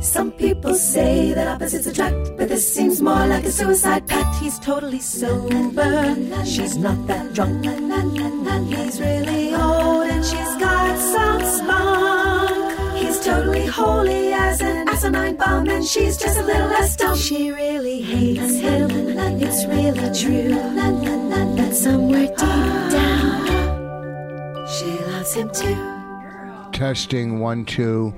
Some people say that opposites attract, but this seems more like a suicide pact. He's totally sober, she's not that drunk. He's really old and she's got some spunk. He's totally holy as an asinine bomb, and she's just a little less dumb. She really hates him, it's really true. But somewhere deep down, she loves him too. Testing one two.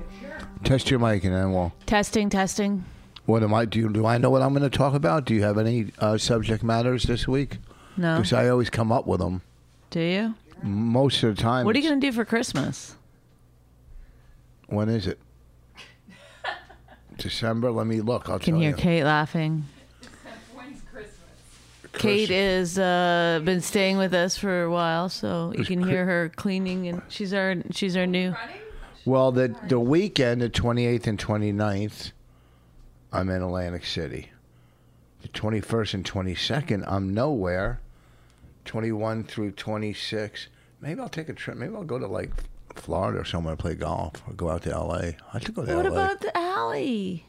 Test your mic and then we'll. Testing, testing. What am I? Do you, do I know what I'm going to talk about? Do you have any uh, subject matters this week? No. Because I always come up with them Do you? most of the time. What are you it's- going to do for Christmas? When is it? December. Let me look. I'll Can tell hear you. Kate laughing. Kate is uh, been staying with us for a while, so you Is can Chri- hear her cleaning, and she's our she's our new. Well, the the weekend, the 28th and 29th, I'm in Atlantic City. The 21st and 22nd, I'm nowhere. 21 through 26. Maybe I'll take a trip. Maybe I'll go to like Florida or somewhere to play golf or go out to LA. I should go to What LA. about the alley?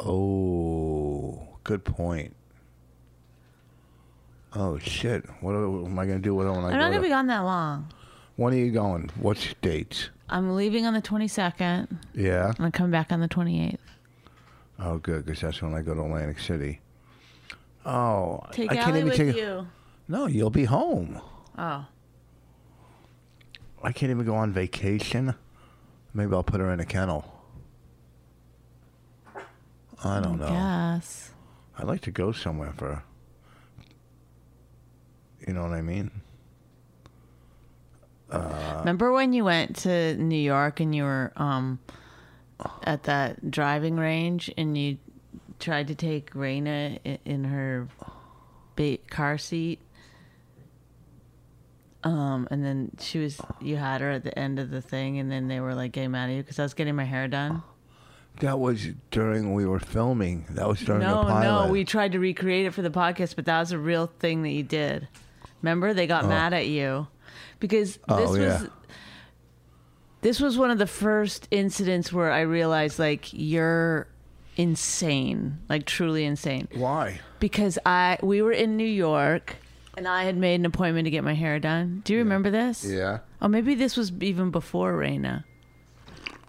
Oh, good point. Oh shit! What am I gonna do with it when I I'm go? not going to to- be gone that long. when are you going? What's dates? I'm leaving on the 22nd, and Yeah. I come back on the 28th. Oh, good, because that's when I go to Atlantic City. Oh, Take I can't Allie even with take. you. No, you'll be home. Oh, I can't even go on vacation. Maybe I'll put her in a kennel. I don't Oh, know. yes. I'd like to go somewhere for. You know what I mean? Remember when you went to New York and you were um, at that driving range and you tried to take Raina i- in her ba- car seat? Um, and then she was, you had her at the end of the thing, and then they were like getting mad at you because I was getting my hair done. That was during we were filming. That was during No, the pilot. no, we tried to recreate it for the podcast, but that was a real thing that you did. Remember, they got mad at you because this Oh, was yeah. this was one of the first incidents where I realized like you're insane, like truly insane. Why? Because I we were in New York and I had made an appointment to get my hair done. Do you remember this? Yeah. Oh, maybe this was even before Raina.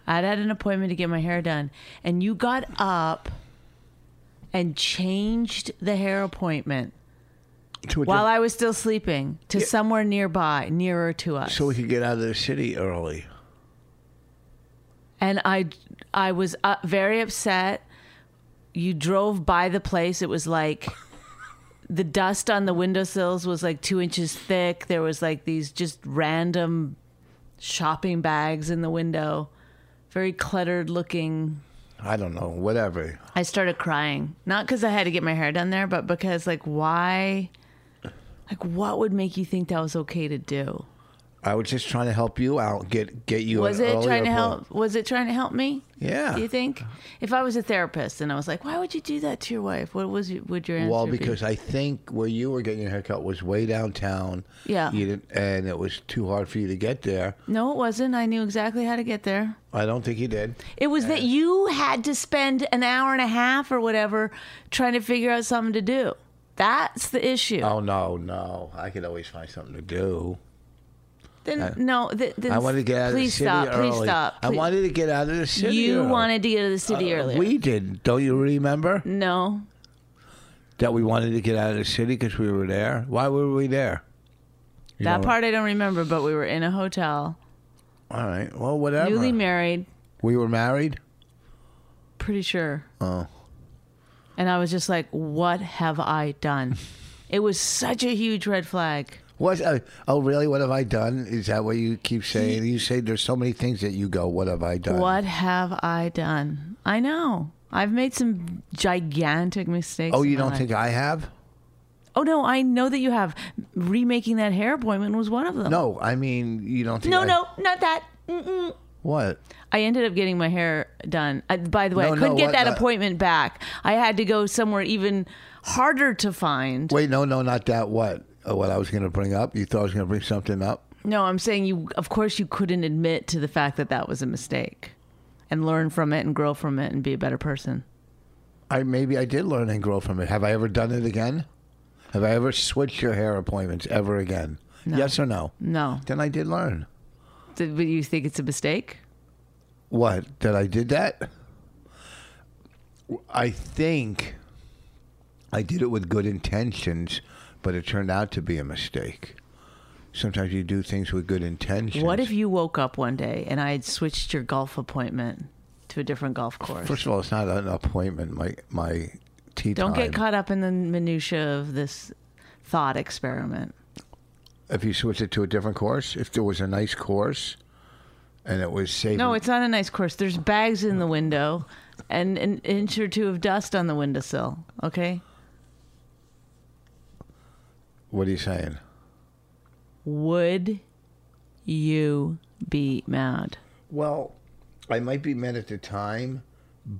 I'd had an appointment to get my hair done, and you got up and changed the hair appointment To a while diff- I was still sleeping to somewhere nearby, nearer to us. so we could get out of the city early. and I, I was uh, very upset. You drove by the place. It was like the dust on the windowsills was like two inches thick. There was like these just random shopping bags in the window, very cluttered looking. I don't know. Whatever. I started crying, not because I had to get my hair done there, but because like why, like what would make you think that was okay to do? I was just trying to help you out. Get get you. Was an it earlier trying to appointment. help? Was it trying to help me? Yeah. Do you think if I was a therapist and I was like, why would you do that to your wife? What was your, would your answer Well, be? because I think where you were getting your haircut was way downtown. Yeah. You didn't, and it was too hard for you to get there. no, it wasn't. I knew exactly how to get there. I don't think you did. It was Uh, that you had to spend an hour and a half or whatever trying to figure out something to do. That's the issue. Oh no, no! I could always find something to do. then no. Th- then I wanted to get out please of the stop. city Please early. stop. I Please- wanted to get out of the city. You early. Uh, wanted to get out of the city earlier. We did. Don't you remember no, that we wanted to get out of the city because we were there? Why were we there? You that don't- part I don't remember, but we were in a hotel, All right. Well, whatever. newly married, we were married. pretty sure. Oh. And I was just like, what have I done? it was such a huge red flag. What? Uh, oh, really? What have I done? Is that what you keep saying? You say there's so many things that you go. What have I done? What have I done? I know. I've made some gigantic mistakes. Oh, in you my don't life. think I have? Oh no, I know that you have. Remaking that hair appointment was one of them. No, I mean you don't. Think Oh. no, I- no, not that. Mm-mm. What? I ended up getting my hair done. I, by the way, No, I couldn't no, get what- that that- appointment back. I had to go somewhere even harder to find. Wait, no, no, not that. What? Uh, what I was going to bring up? You thought I was going to bring something up? No, I'm saying you. Of course, you couldn't admit to the fact that that was a mistake, and learn from it, and grow from it, and be a better person. I maybe I did learn and grow from it. Have I ever done it again? Have I ever switched your hair appointments ever again? Yes or no? No, Then I did learn. Did- but you think it's a mistake? What? That I did that? I think I did it with good intentions, but it turned out to be a mistake. Sometimes you do things with good intentions. What if you woke up one day and I had switched your golf appointment to a different golf course? First of all, it's not an appointment. My my tea Don't time. get caught up in the minutia of this thought experiment. If you switch it to a different course, if there was a nice course, and it was saving. No, it's not a nice course. There's bags in the window and an inch or two of dust on the windowsill. Okay? What are you saying? Would you be mad? Well, I might be mad at the time,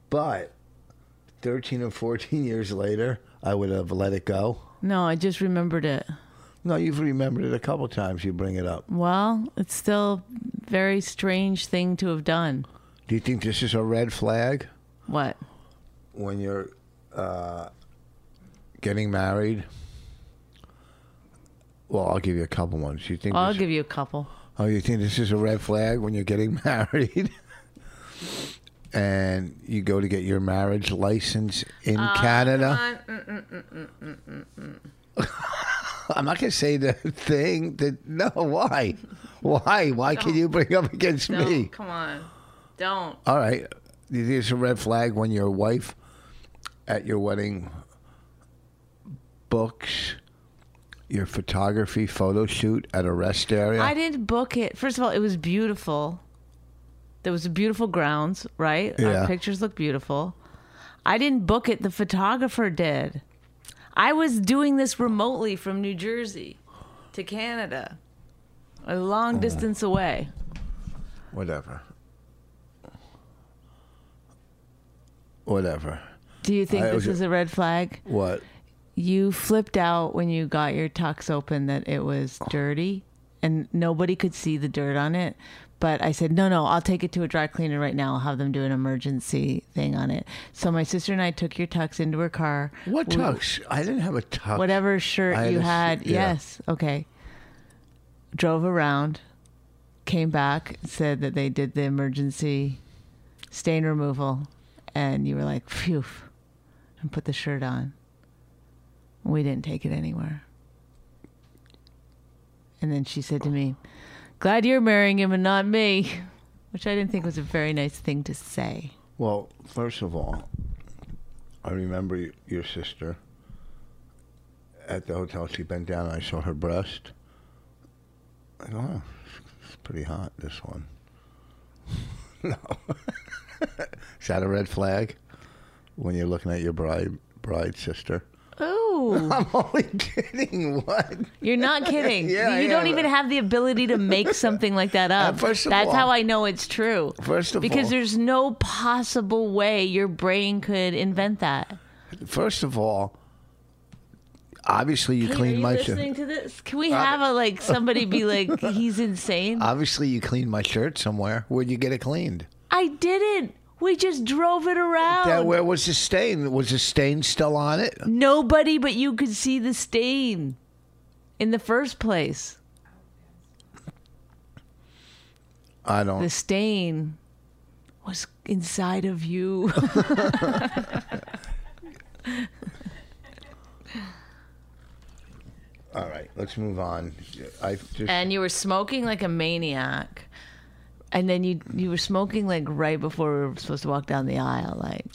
but 13 and 14 years later, I would have let it go. No, I just remembered it. No, you've remembered it a couple times. You bring it up. Well, it's still a very strange thing to have done. Do you think this is a red flag What? when you're uh, getting married? Well, I'll give you a couple ones. You think? I'll this- give you a couple. oh, you think this is a red flag when you're getting married? And you go to get your marriage license in Ah. Canada. mm, I'm not gonna say the thing that no, why? Why? Why can you bring up against me? come on. Don't. All right. Do you think it's a red flag when your wife at your wedding books your photography photo shoot at a rest area? I didn't book it. First of all, it was beautiful. There was beautiful grounds, right? Yeah. Our pictures look beautiful. I didn't book it. The photographer did. I was doing this remotely from New Jersey to Canada, a Oh. long distance away. Whatever. Whatever. Do you think I this was- is a red flag? What? You flipped out when you got your tux open that it was Oh. dirty and nobody could see the dirt on it. But I said, no, no, I'll take it to a dry cleaner right now. I'll have them do an emergency thing on it. So my sister and I took your tux into her car. What We- tux? I didn't have a tux. Whatever shirt I had you a sh- had. yeah. Yes. Okay. Drove around, came back, said that they did the emergency stain removal. And you were like, phew, and put the shirt on. We didn't take it anywhere. And then she said to me, Glad you're marrying him and not me, which I didn't think was a very nice thing to say. Well, first of all, I remember y- your sister at the hotel. She bent down and I saw her breast. I go, oh, it's pretty hot, this one. no. Is that a red flag when you're looking at your bride, bride sister? Oh, I'm only kidding. What? you're not kidding. Yeah, you I don't am. even have the ability to make something like that up. Uh, first of That's all- how I know it's true. First of because all- there's no possible way your brain could invent that. First of all, obviously you cleaned Are my you shirt. listening to this? Can we have a like somebody be like he's insane? Obviously you cleaned my shirt somewhere. Where'd you get it cleaned? I didn't. We just drove it around. That, where was the stain? Was the stain still on it? Nobody but you could see the stain in the first place. I don't. The stain was inside of you. All right, let's move on. I just and you were smoking like a maniac. And then you you were smoking like right before we were supposed to walk down the aisle. Like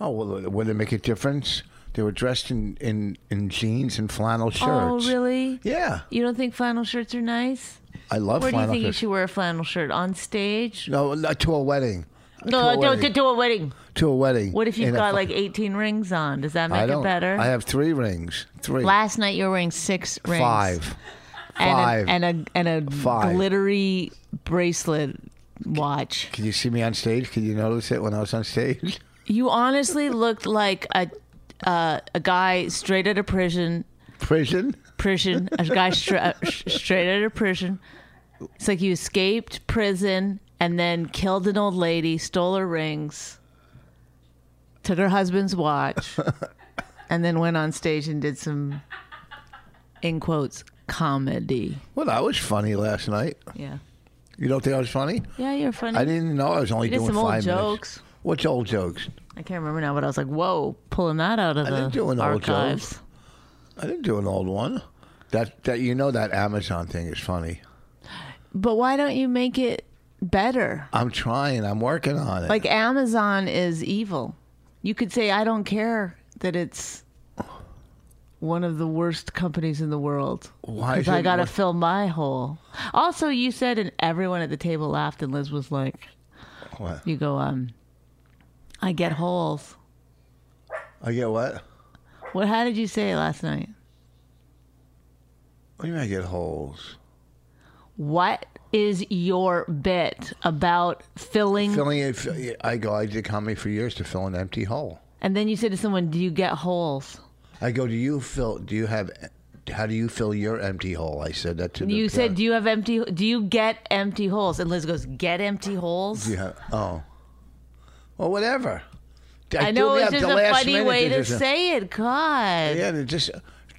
oh, well, would it make a difference? They were dressed in in, in jeans and flannel shirts. Oh really? Yeah, You don't think flannel shirts are nice? I love Where do you flannel think you shirts. should wear a flannel shirt? On stage? No, not to a wedding. to No, a no, wedding. to do a wedding. to a wedding. What if you've in a got fu- like 18 rings on? Does that I make it don't- better? I have three rings. Three. Last night you were wearing six rings. Five. Five. And a, and a, and a Five. glittery bracelet watch. Can you see me on stage? Can you notice it when I was on stage? You honestly looked like a uh, a guy straight out of prison. Prison. Prison. A guy stra- uh, sh- straight out of prison. It's like you escaped prison and then killed an old lady, stole her rings, took her husband's watch, and then went on stage and did some, in quotes, comedy. Well, I was funny last night. Yeah. You don't think I was funny? Yeah, you're funny. I didn't know I was only You did doing some old five minutes. jokes. What's old jokes? I can't remember now, but I was like, whoa, pulling that out of didn't the do an old joke. archives. I didn't do an old one. That that you know that Amazon thing is funny. But why don't you make it better? I'm trying. I'm working on it. Like Amazon is evil. You could say I don't care that it's one of the worst companies in the world. Why Because is I it got to wor- fill my hole. Also, you said, and everyone at the table laughed, and Liz was like, What? "You go, um, I get holes." I get what? What? How did you say it last night? What do you mean I get holes? What is your bit about filling? Filling it. I go. I did comedy for years to fill an empty hole. and then you said to someone, "Do you get holes?" I go. Do you fill? Do you have? How do you fill your empty hole? I said that to the You said, parent. "Do you have empty? Do you get empty holes?" And Liz goes, "Get empty holes." Yeah. Oh. Well, whatever. I know threw me it's up just the a last funny minute way to just- say it. God. Yeah, it just.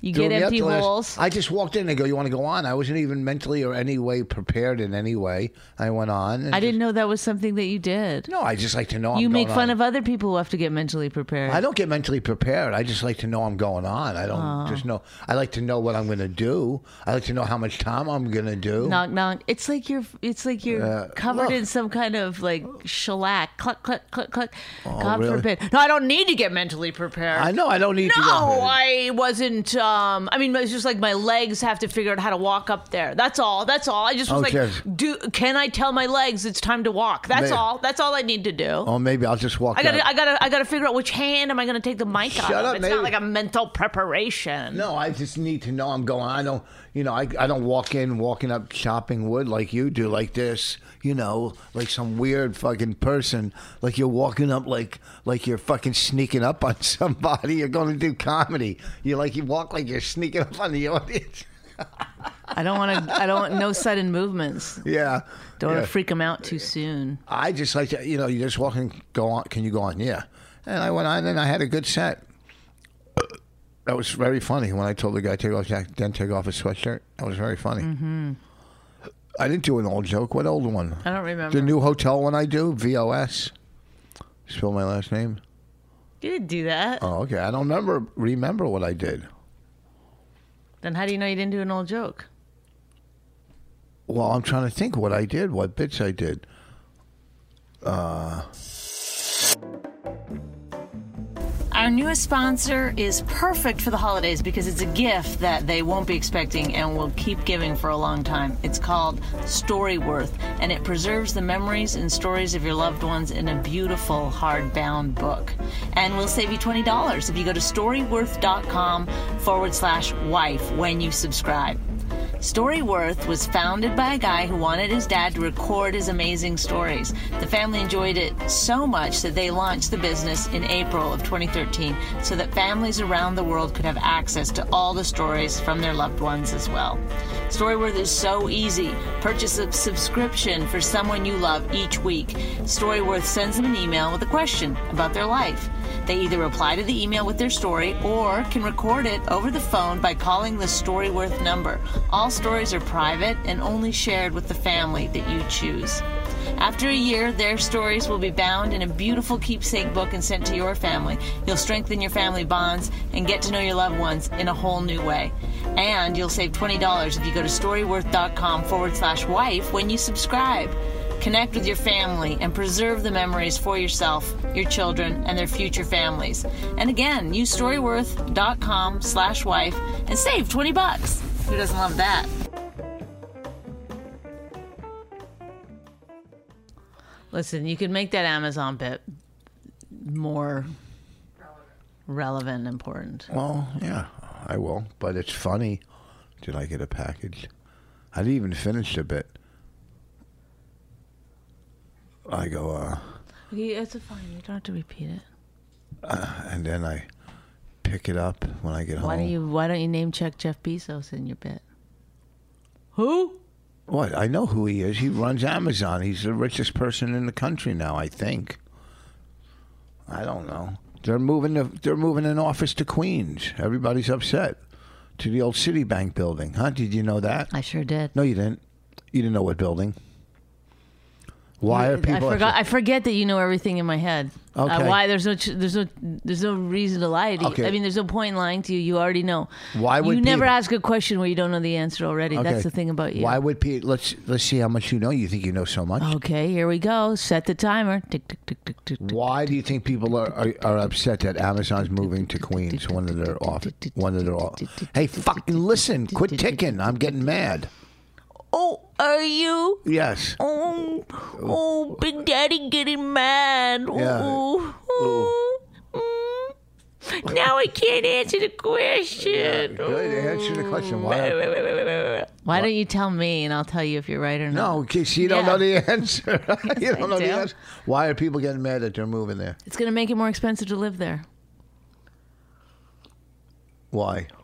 You threw get me up empty the last- holes. I just walked in and go, "You want to go on?" I wasn't even mentally or any way prepared in any way. I went on. And I didn't know that was something that you did. No, I just like to know. you I'm make going fun on. of other people who have to get mentally prepared. I don't get mentally prepared. I just like to know I'm going on. I don't just know. I like to know what I'm going to do. I like to know how much time I'm going to do. knock knock. It's like you're it's like you're covered look. in some kind of like shellac. Cluck cluck cluck cluck. God Oh, really? forbid. No, I don't need to get mentally prepared. I know I don't need to. no, go ahead. I wasn't. Um, I mean, it's just like my legs have to figure out how to walk up there. That's all. That's all. I just was Okay. like, do can I tell my legs it's time to walk? That's May- all. That's all I need to do. Or Oh, maybe I'll just walk. I gotta, out. I gotta, I gotta figure out which hand am I gonna take the mic Shut out of. up, it's maybe. not like a mental preparation. No, I just need to know I'm going. I don't, you know, I, I don't walk in walking up chopping wood like you do, like this, you know, like some weird fucking person. Like you're walking up like like you're fucking sneaking up on somebody. You're going to do comedy. You like you walk like you're sneaking up on the audience. I don't want to. I don't want no sudden movements. Yeah, Don't want Yeah. to freak them out too soon. I just like to, you know, you just walk and go on. Can you go on? Yeah. And I went on and I had a good set. That was very funny when I told the guy take off jacket, then take off his sweatshirt. That was very funny. Mm-hmm. I didn't do an old joke. What old one? I don't remember. The new hotel one I do, VOS. Spell my last name. you didn't do that. Oh, okay. I don't remember remember what I did. Then how do you know you didn't do an old joke? Well, I'm trying to think what I did, what bits I did. Our newest sponsor is perfect for the holidays because it's a gift that they won't be expecting and will keep giving for a long time. It's called Storyworth, and it preserves the memories and stories of your loved ones in a beautiful hardbound book. And we'll save you $20 if you go to storyworth.com forward slash wife when you subscribe. Storyworth was founded by a guy who wanted his dad to record his amazing stories. The family enjoyed it so much that they launched the business in April of 2013 so that families around the world could have access to all the stories from their loved ones as well. Storyworth is so easy. Purchase a subscription for someone you love each week. Storyworth sends them an email with a question about their life. They either reply to the email with their story or can record it over the phone by calling the Storyworth number. All stories are private and only shared with the family that you choose. After a year, their stories will be bound in a beautiful keepsake book and sent to your family. You'll strengthen your family bonds and get to know your loved ones in a whole new way. And you'll save $20 if you go to storyworth.com forward slash wife when you subscribe. Connect with your family and preserve the memories for yourself, your children, and their future families. And again, use storyworth.com slash wife and save 20 bucks. Who doesn't love that? Listen, you can make that Amazon bit more relevant and important. Well, yeah, I will. But it's funny. Did I get a package? I didn't even finish the bit. I go, uh, Okay, it's fine. You don't have to repeat it. and then I pick it up when I get Why home. don't you Why don't you name check Jeff Bezos in your bit? Who? What? I know who he is. He runs Amazon. He's the richest person in the country now, I think. I don't know. They're moving. The, they're moving an office to Queens. Everybody's upset. To the old Citibank building, huh? Did you know that? I sure did. No, you didn't. You didn't know what building. Why are people? I forgot. I forget that you know everything in my head. Uh, Okay. why there's no ch- there's no there's no reason to lie to Okay. you. I mean, there's no point in lying to you. You already know. Why would you never people- ask a question where you don't know the answer already? Okay. That's the thing about you. Oh. Why would people? Let's let's see how much you know. You think you know so much? Okay, here we go. Set the timer. Tick tick tick tick tick. tick. Why do you think people are, are, are upset that Amazon's moving to Queens? One of their off. One of their off. Hey, fucking listen! Quit ticking. I'm getting mad. Oh, are you? Yes. Oh, oh, Big Daddy getting mad. Yeah. Ooh, ooh, mm. Now I can't answer the question. Good. Answer the question. Why? Why don't you tell me and I'll tell you if you're right or not? No, because you don't Yeah. know the answer. you I don't know the do. answer. Why are people getting mad that they're moving there? It's going to make it more expensive to live there. Why?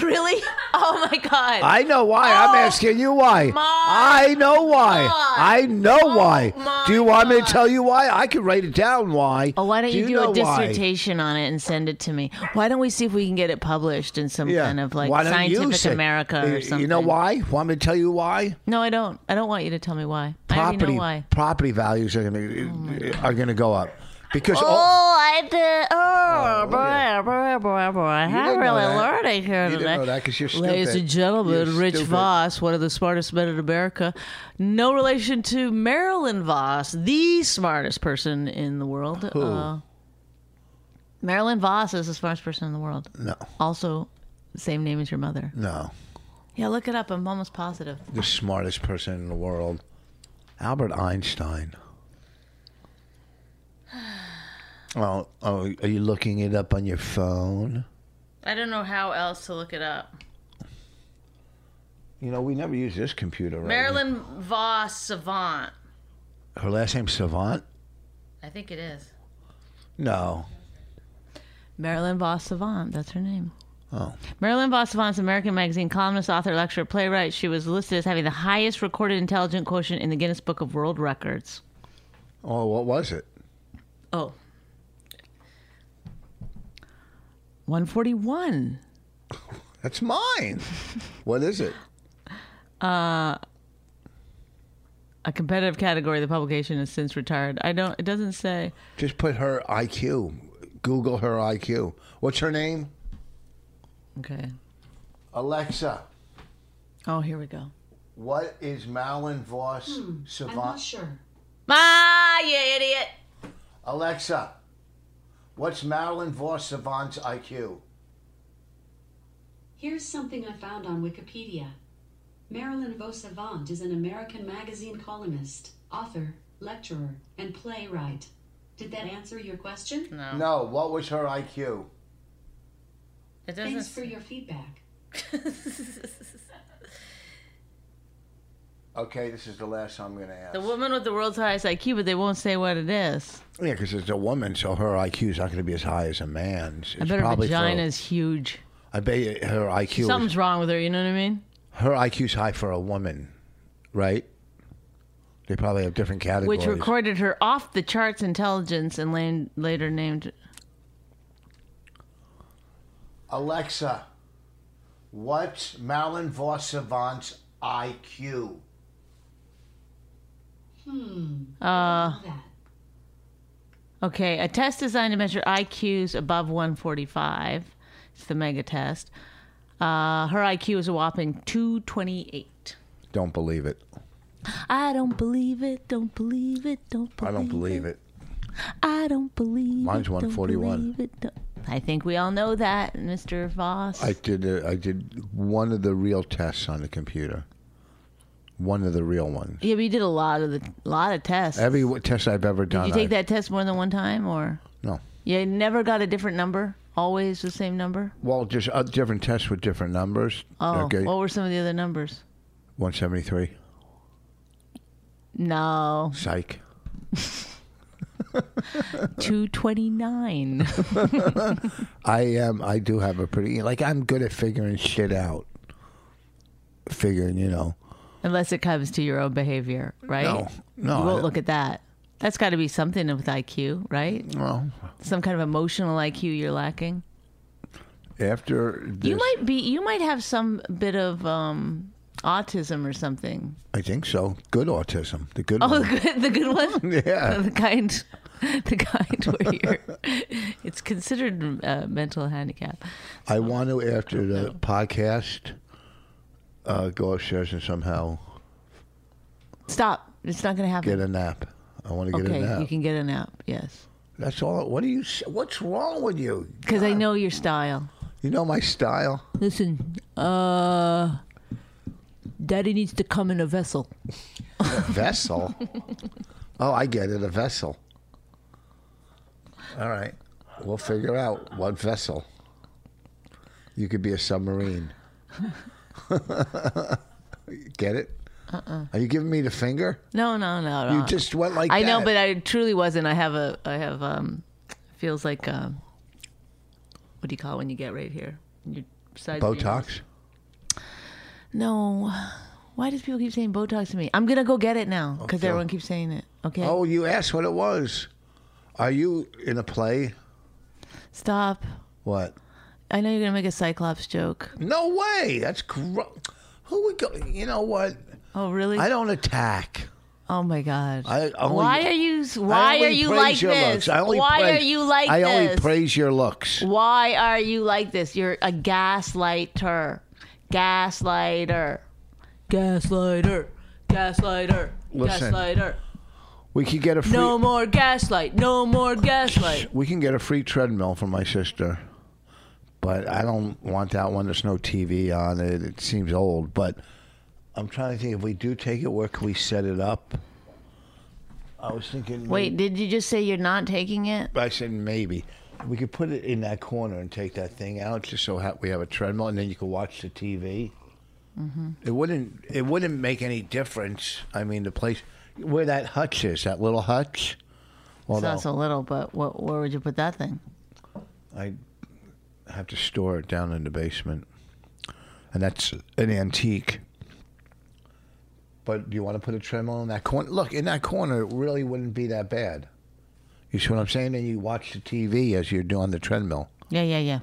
Really? Oh my God. I know why. I'm Oh, asking you why. my I know why. God. Oh I know why. my Do you want me to tell you why? I could write it down why. Oh, why don't you, do know a why? dissertation on it and send it to me? Why don't we see if we can get it published in some kind of like Why don't you Scientific say- America You- or something? You know why? Want me to tell you why? No, I don't. I don't want you to tell me why. I Property already know why. property values are going to are going to go up because all, Oh, I did. Oh, boy, yeah. boy, boy, boy. I didn't know really that. learned it here You today. didn't know that 'cause you're Ladies stupid. and gentlemen, You're Rich stupid. Voss, one of the smartest men in America. No relation to Marilyn Voss, the smartest person in the world. Uh, Marilyn Voss is the smartest person in the world. no, Also, same name as your mother. no, Yeah, look it up. I'm almost positive. the smartest person in the world, Albert Einstein. Oh, oh, are you looking it up on your phone? I don't know how else to look it up. You know, we never use this computer, right? Marilyn Voss Savant. Her last name's Savant? I think it is. No. Marilyn Voss Savant. That's her name. Oh. Marilyn Voss Savant's American Magazine columnist, author, lecturer, playwright. She was listed as having the highest recorded intelligent quotient in the Guinness Book of World Records. Oh, what was it? Oh. 141. That's mine. what is it? A competitive category the publication has since retired. I don't, it doesn't say. Just put her IQ. Google her IQ. What's her name? Okay. Alexa. Oh, here we go. What is Malin Hmm, Voss Savant? sure. Ah, you idiot. Alexa. What's Marilyn Voss Savant's IQ? Here's something I found on Wikipedia. Marilyn Vosavant is an American magazine columnist, author, lecturer, and playwright. Did that answer your question? No, what was her IQ? It Thanks for your feedback. Okay, this is the last I'm going to ask. the woman with the world's highest IQ, but they won't say what it is. yeah, because it's a woman, so her IQ is not going to be as high as a man's. I It's bet her probably for- vagina's huge. I bet you her IQ. is- Something's wrong with her. You know what I mean? her IQ's high for a woman, right? They probably have different categories. Which recorded her off the charts intelligence and lan- later named. Alexa, what's Malin Voss Savant's IQ? Uh, that. Okay, a test designed to measure IQs above 145. It's the mega test. Uh, her IQ is a whopping 228. Don't believe it. I don't believe it. Don't believe it. Don't I believe don't believe it. it. I don't believe Mine's it. don't 141. believe it, don't- I think we all know that, Mr. Voss. I did. A, I did one of the real tests on the computer. one of the real ones. Yeah, but you did a lot of the lot of tests. Every w- test I've ever did done. you take I've- that test more than one time, or No. yeah, you never got a different number? Always the same number? Well, just uh, different tests with different numbers. Oh, okay. what were some of the other numbers? 173. No, Psych. two twenty nine. I am. I do have a pretty like. I'm good at figuring shit out. Figuring, you know. Unless it comes to your own behavior, right? No, no. you I- won't look at that. That's got to be something with IQ, right? Well, Some kind of emotional IQ you're lacking. after this, You might be. You might have some bit of um, autism or something. I think so. Good autism. The good. Oh, one. the good, the good one. Yeah. the kind, the kind where you're. It's considered uh, mental handicap. I want to after the podcast. Uh, go upstairs and somehow Stop. It's not going to happen. get a nap. I want to get okay, a nap. you can get a nap. Yes, That's all. What do you? s- What's wrong with you? because I know your style. You know my style. Listen, uh, Daddy needs to come in a vessel. vessel. oh, I get it. A vessel. All right. We'll figure out what vessel. You could be a submarine. get it? Uh-uh. Are you giving me the finger? No, no, no, no. You just went like Uh-uh. I that. know, but I truly wasn't. I have a. I have um. Feels like um. What do you call it when you get right here? Your sides of your nose. Botox? No. Why does people keep saying Botox to me? I'm gonna go get it now because Okay. everyone keeps saying it. Okay. Oh, you asked what it was. Are you in a play? Stop. What? I know you're gonna make a Cyclops joke. No way. That's gross. Who would go? You know what? Oh really? I don't attack. oh my god. I only- why are you? Why I only are you praise like your this? looks. I only why praise- are you like I this? only praise your looks. Why are you like this? You're a gaslighter. Gaslighter. Gaslighter. Gaslighter. Listen. Gaslighter. We could get a free. No more gaslight. No more gaslight. We can get a free treadmill from my sister, but I don't want that one. There's no TV on it. It seems old. But I'm trying to think if we do take it, where can we set it up? I was thinking. Wait, did you just say you're not taking it? I said maybe we could put it in that corner and take that thing out, just so ha- we have a treadmill, and then you could watch the TV. It wouldn't. It wouldn't make any difference. I mean, the place where that hutch is, that little hutch. Well, It's not so little, but what, where would you put that thing? I have to store it down in the basement, and that's an antique. But do you want to put a treadmill in that corner? Look, in that corner, it really wouldn't be that bad. You see what I'm saying? And you watch the TV as you're doing the treadmill. Yeah, yeah, yeah.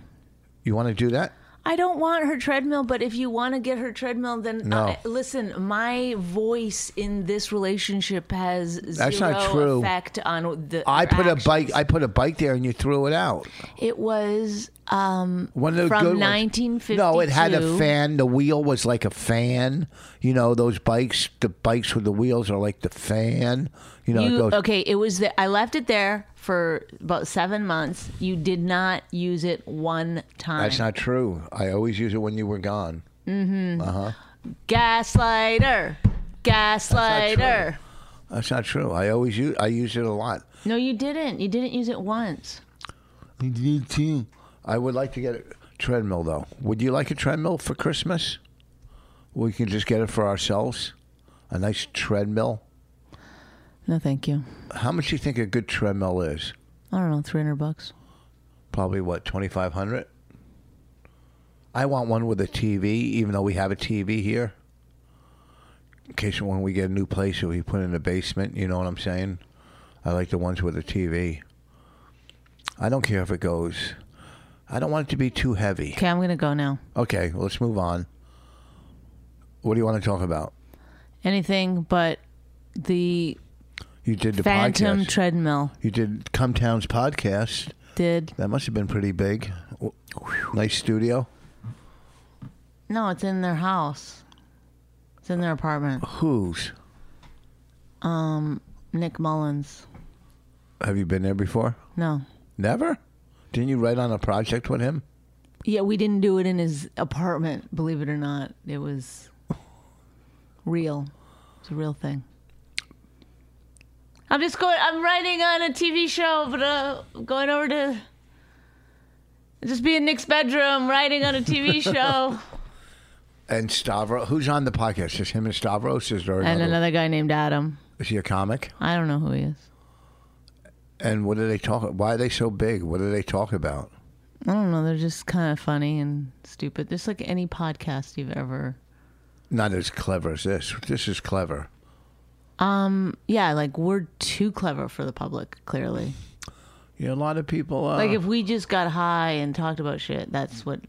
You want to do that? I don't want her treadmill, but if you want to get her treadmill, then No. uh, listen. My voice in this relationship has That's zero not true. effect on the. I her put a actions. bike. I put a bike there, and you threw it out. It was um, One of the from good ones. 1952. No, it had a fan. The wheel was like a fan. You know those bikes. The bikes with the wheels are like the fan. You know. it You- goes, okay, it was. The, I left it there for about seven months. You did not use it one time. That's not true. I always use it when you were gone. Gaslighter, gaslighter. That's not true. I always use. I use it a lot. No, you didn't. You didn't use it once. I would like to get a treadmill though. Would you like a treadmill for Christmas? We can just get it for ourselves. A nice treadmill. No, thank you. How much do you think a good treadmill is? I don't know, three hundred bucks. probably what 2500 i want one with a tv even though we have a tv here in case when we get a new place if we put it in the basement you know what i'm saying i like the ones with a tv i don't care if it goes i don't want it to be too heavy Okay, I'm gonna go now. okay well, let's move on what do you want to talk about Anything but the you did the Phantom podcast treadmill. you did come town's podcast Did that must have been pretty big W- nice studio no, it's in their house. It's in their apartment. whose Nick Mullins. have you been there before No. Never? Didn't you write on a project with him? Yeah, we didn't do it in his apartment, believe it or not. It was real. It's a real thing. I'm just going. I'm writing on a TV show, but uh, I'm going over to just be in Nick's bedroom writing on a TV show. And Stavros, who's on the podcast? Just him and Stavros? Is there and another, another guy named Adam. Is he a comic? I don't know who he is. And what do they talk? Why are they so big? What do they talk about? I don't know. They're just kind of funny and stupid. Just like any podcast you've ever. Not as clever as this. This is clever. Um. Yeah. Like we're too clever for the public. Clearly. You know, a lot of people. Uh, Like if we just got high and talked about shit, that's what.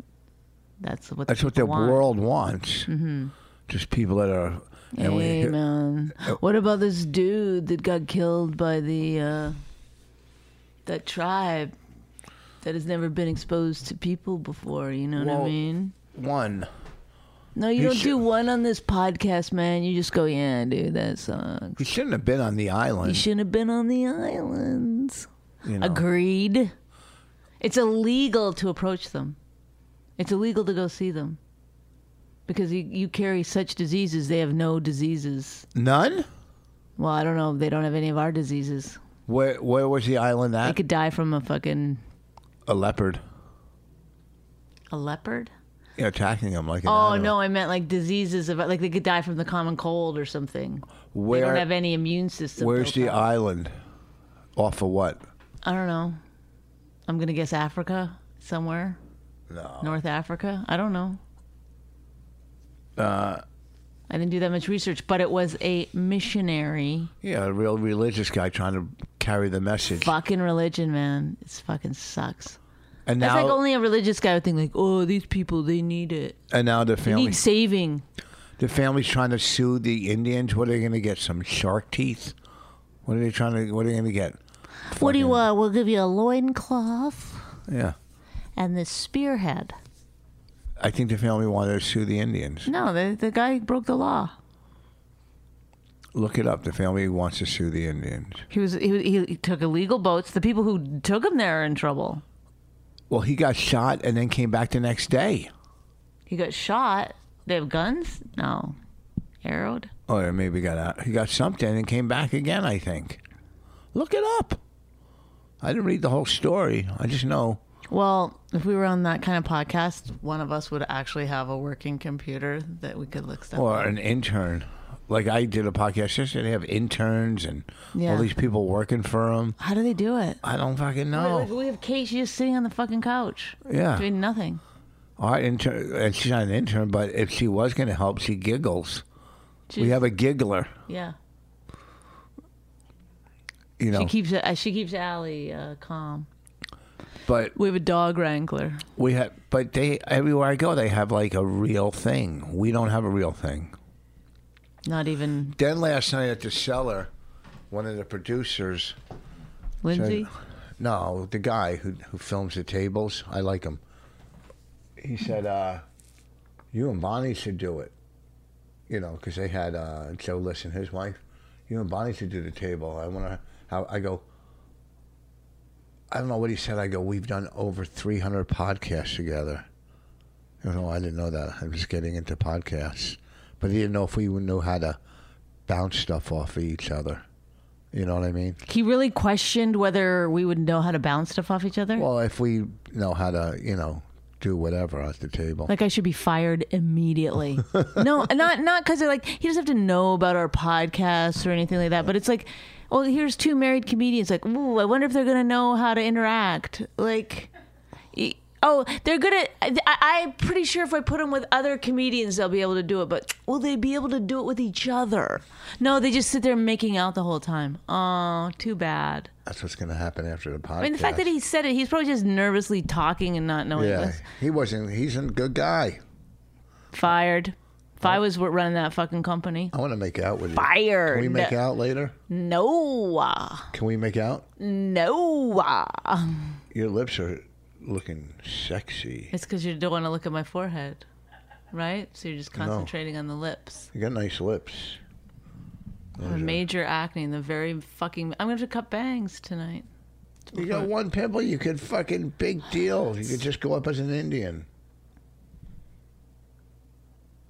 That's what. that's what the people want. world wants. Mm-hmm. Just people that are. And we Oh. Hey man, what about this dude that got killed by the uh, that tribe that has never been exposed to people before? You know what Well- I mean? one. No, you You don't should- do one on this podcast, man. You just go, yeah, dude, that sucks. You shouldn't have been on the You island. shouldn't have been on the islands. you know. Agreed. It's illegal to approach them. It's illegal to go see them because you, you carry such diseases. They have no diseases. None. Well, I don't know. They don't have any of our diseases. Where Where was the island I at? could die from a fucking a leopard. a leopard. Yeah, attacking him like an Oh animal. no, I meant like diseases of like they could die from the common cold or something. Where they don't have any immune system. Where's the built up. island? Off of what? I don't know. I'm gonna guess Africa somewhere. No. North Africa. I don't know. Uh, I didn't do that much research, but it was a missionary Yeah, a real religious guy trying to carry the message. fucking religion, man. It's fucking sucks. And That's now, like only a religious guy would think like, oh, these people they need it. and now the They family, need saving. the family's trying to sue the Indians. What are they going to get? Some shark teeth? What are they trying to? What are they going to get? What do you uh, want? We'll give you a loincloth Yeah, and this spearhead. I think the family wanted to sue the Indians. No, the, the guy broke the law. Look it up. The family wants to sue the Indians. He was he, he he took illegal boats. The people who took him there are in trouble. Well, he got shot and then came back the next day. He got shot. They have guns? No, arrowed. Oh, or maybe got out. He got something and came back again. I think. Look it up. I didn't read the whole story. I just know. Well, if we were on that kind of podcast, one of us would actually have a working computer that we could look stuff. or an intern. Like I did a podcast yesterday. They have interns and Yeah. all these people working for them. How do they do it? I don't fucking Like, know. we have Kate. She's just sitting on the fucking couch Oh. Yeah, doing nothing. our intern, and she's not an intern, but if she was going to help, she giggles. She's- we have a giggler, yeah. you know. She keeps uh, she keeps Allie uh, calm. but We have a dog wrangler. we have, but they everywhere I go, they have like a real thing. We don't have a real thing. Not even Then last night at the cellar, one of the producers, Lindsay. no, the guy who who films the tables, I like him. He said, uh, "You and Bonnie should do it," you know, because they had uh, Joe List and his wife. You and Bonnie should do the table. I want to. I go. I don't know what he said. I go. We've done over three hundred podcasts together. You know, I didn't know that. I was getting into podcasts, but he didn't know if we knew how to bounce stuff off of each other. You know what I mean? He really questioned whether we would know how to bounce stuff off each other. Well, if we know how to, you know, do whatever at the table. like I should be fired immediately. no, not not because like he doesn't have to know about our podcasts or anything like that. But it's like, well, here's two married comedians. Like, ooh, I wonder if they're gonna know how to interact. Like, e- oh, they're gonna. I, I'm pretty sure if I put them with other comedians, they'll be able to do it. But will they be able to do it with each other? No, they just sit there making out the whole time. Oh, too bad. That's what's going to happen after the podcast. I mean, the fact that he said it, he's probably just nervously talking and not knowing yeah, this. he wasn't. He's a good guy. Fired. If Oh. I was running that fucking company, I want to make out with you. fired. Can we make out later? No, Can we make out? no. Your lips are looking sexy. It's because you don't want to look at my forehead, right? So you're just concentrating on the lips. You got nice lips. I have major acne in the very fucking. I'm gonna have to cut bangs tonight. You got one pimple. You could fucking big deal. You could just go up as an Indian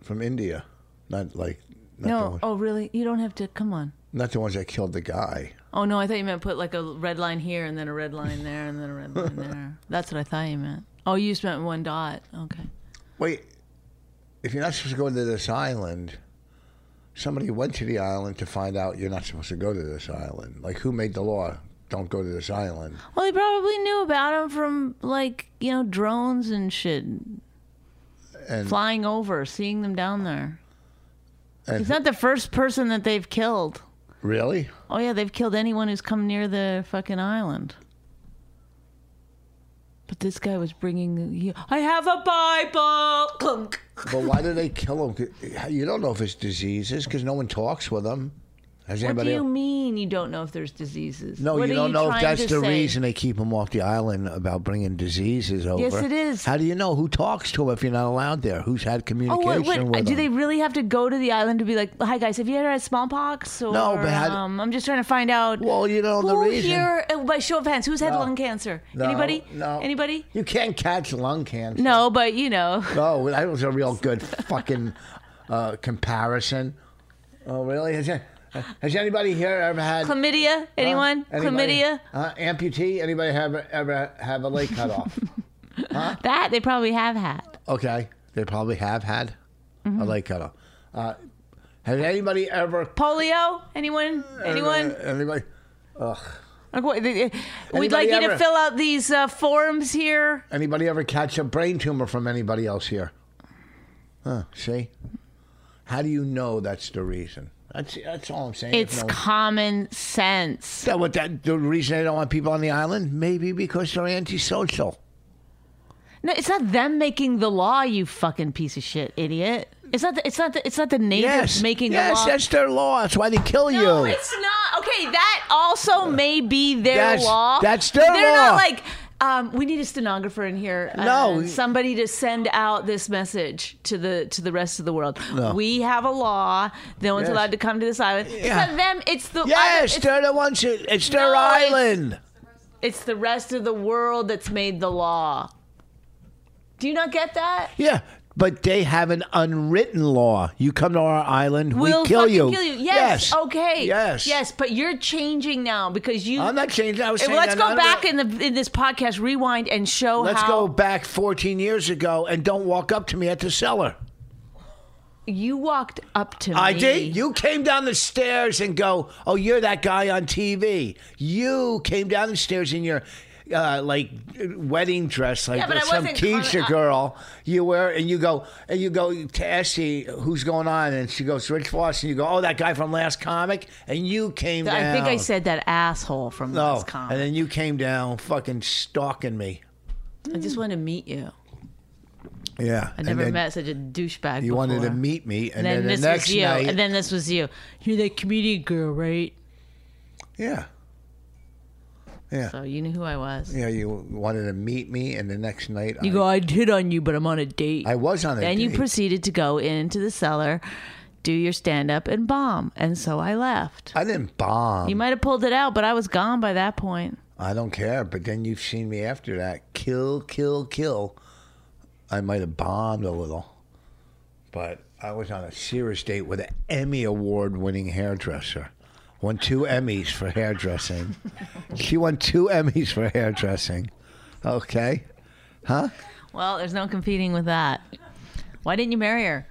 from India, not like Not the no. one- Oh, really? You don't have to. Come on. not the ones that killed the guy. Oh no, I thought you meant put like a red line here and then a red line there and then a red line there. That's what I thought you meant. Oh, you just meant one dot. Okay. Wait, if you're not supposed to go to this island, somebody went to the island to find out you're not supposed to go to this island. Like, who made the law? Don't go to this island. Well, they probably knew about him from like you know drones and shit And flying over, seeing them down there. And- He's not the first person that they've killed. really, Oh yeah, they've killed anyone who's come near the fucking island. But this guy was bringing. He, I have a Bible. Clunk. but why do they kill him? You don't know if it's diseases because no one talks with them. Has What do anybody? you mean you don't know if there's diseases? no, What you are don't know if trying that's to the say? reason they keep them off the island about bringing diseases over. Yes, it is. How do you know who talks to them if you're not allowed there? Who's had Oh, communication what, what, with do them? they really have to go to the island to be like, "Hi guys, have you ever had smallpox?" Or, No, but how- um, I'm just trying to find out. Well, you know the who reason. here, uh, by show of hands, who's had No. lung cancer? No, Anybody? No. Anybody? You can't catch lung cancer. No, but you know, Oh, that was a real good fucking uh, comparison. Oh, really? Has, has anybody here ever had chlamydia. Anyone? anybody- Chlamydia. Uh, amputee? Anybody have ever have a leg cut off? That they probably have had. okay, they probably have had Mm-hmm. a leg cut off. Uh, has anybody ever? Polio. Anyone? Uh, Anyone? Anybody? Like, what- they- we'd uh, Anybody like you ever- to fill out these uh, forms here. Anybody ever catch a brain tumor from anybody else here? Huh? See, how do you know that's the reason? That's that's all I'm saying. If It's no one- common sense. that what that the reason they don't want people on the island? Maybe because they're antisocial. No, it's not them making the law. You fucking piece of shit, idiot. It's not. The, it's not. The, it's not the natives Yes, making yes, the law. that's their law. That's why they kill No, you. it's not. Okay, that also may be their That's- law. that's their They're law. not like, um, we need a stenographer in here. uh, No. somebody to send out this message to the to the rest of the world. No. We have a law. No one's Yes. allowed to come to this island. Yeah. It's not them. It's the yes, It's, they're the ones. Who, it's their No, it's- island. it's the rest of the world that's made the law. Do you not get that? Yeah, but they have an unwritten law. You come to our island, we'll we kill fucking you. kill you. Yes, Okay. Yes. Yes, but you're changing now because you. I'm not changing. I was Hey, saying let's that go Oh, not- back in the in this podcast, rewind and show Let's how go back 14 years ago and don't walk up to me at the cellar. you walked up to me. I did. You came down the stairs and go, "Oh, you're that guy on TV." You came down the stairs in your uh, like wedding dress, like Yeah, but I some wasn't teacher coming up- girl. You wear and you go and you go to Essie, who's going on, and she goes, "Rich Voss," and you go, "Oh, that guy from Last Comic," and you came down. I think I said that asshole from no, last con. and then you came down, fucking stalking me. I just wanted to meet you. Yeah, I never met such a douchebag. You wanted to before. meet me, and, And then, then, the this next was you. night, And then this was you. You're that comedian girl, right? yeah, yeah. So you knew who I was. you know, you wanted to meet me, and the next night You I, go, I hit on you, but I'm on a date. I was on a Then you date. proceeded to go into the cellar, do your stand up, and bomb. And so I left. I didn't bomb. You might have pulled it out, but I was gone by that point. I don't care. But then you've seen me after that. Kill, kill, kill. I might have bombed a little, but I was on a serious date with an Emmy award-winning hairdresser. Won two Emmys for hairdressing. she won two Emmys for hairdressing. Okay. Well, there's no competing with that. Why didn't you marry her?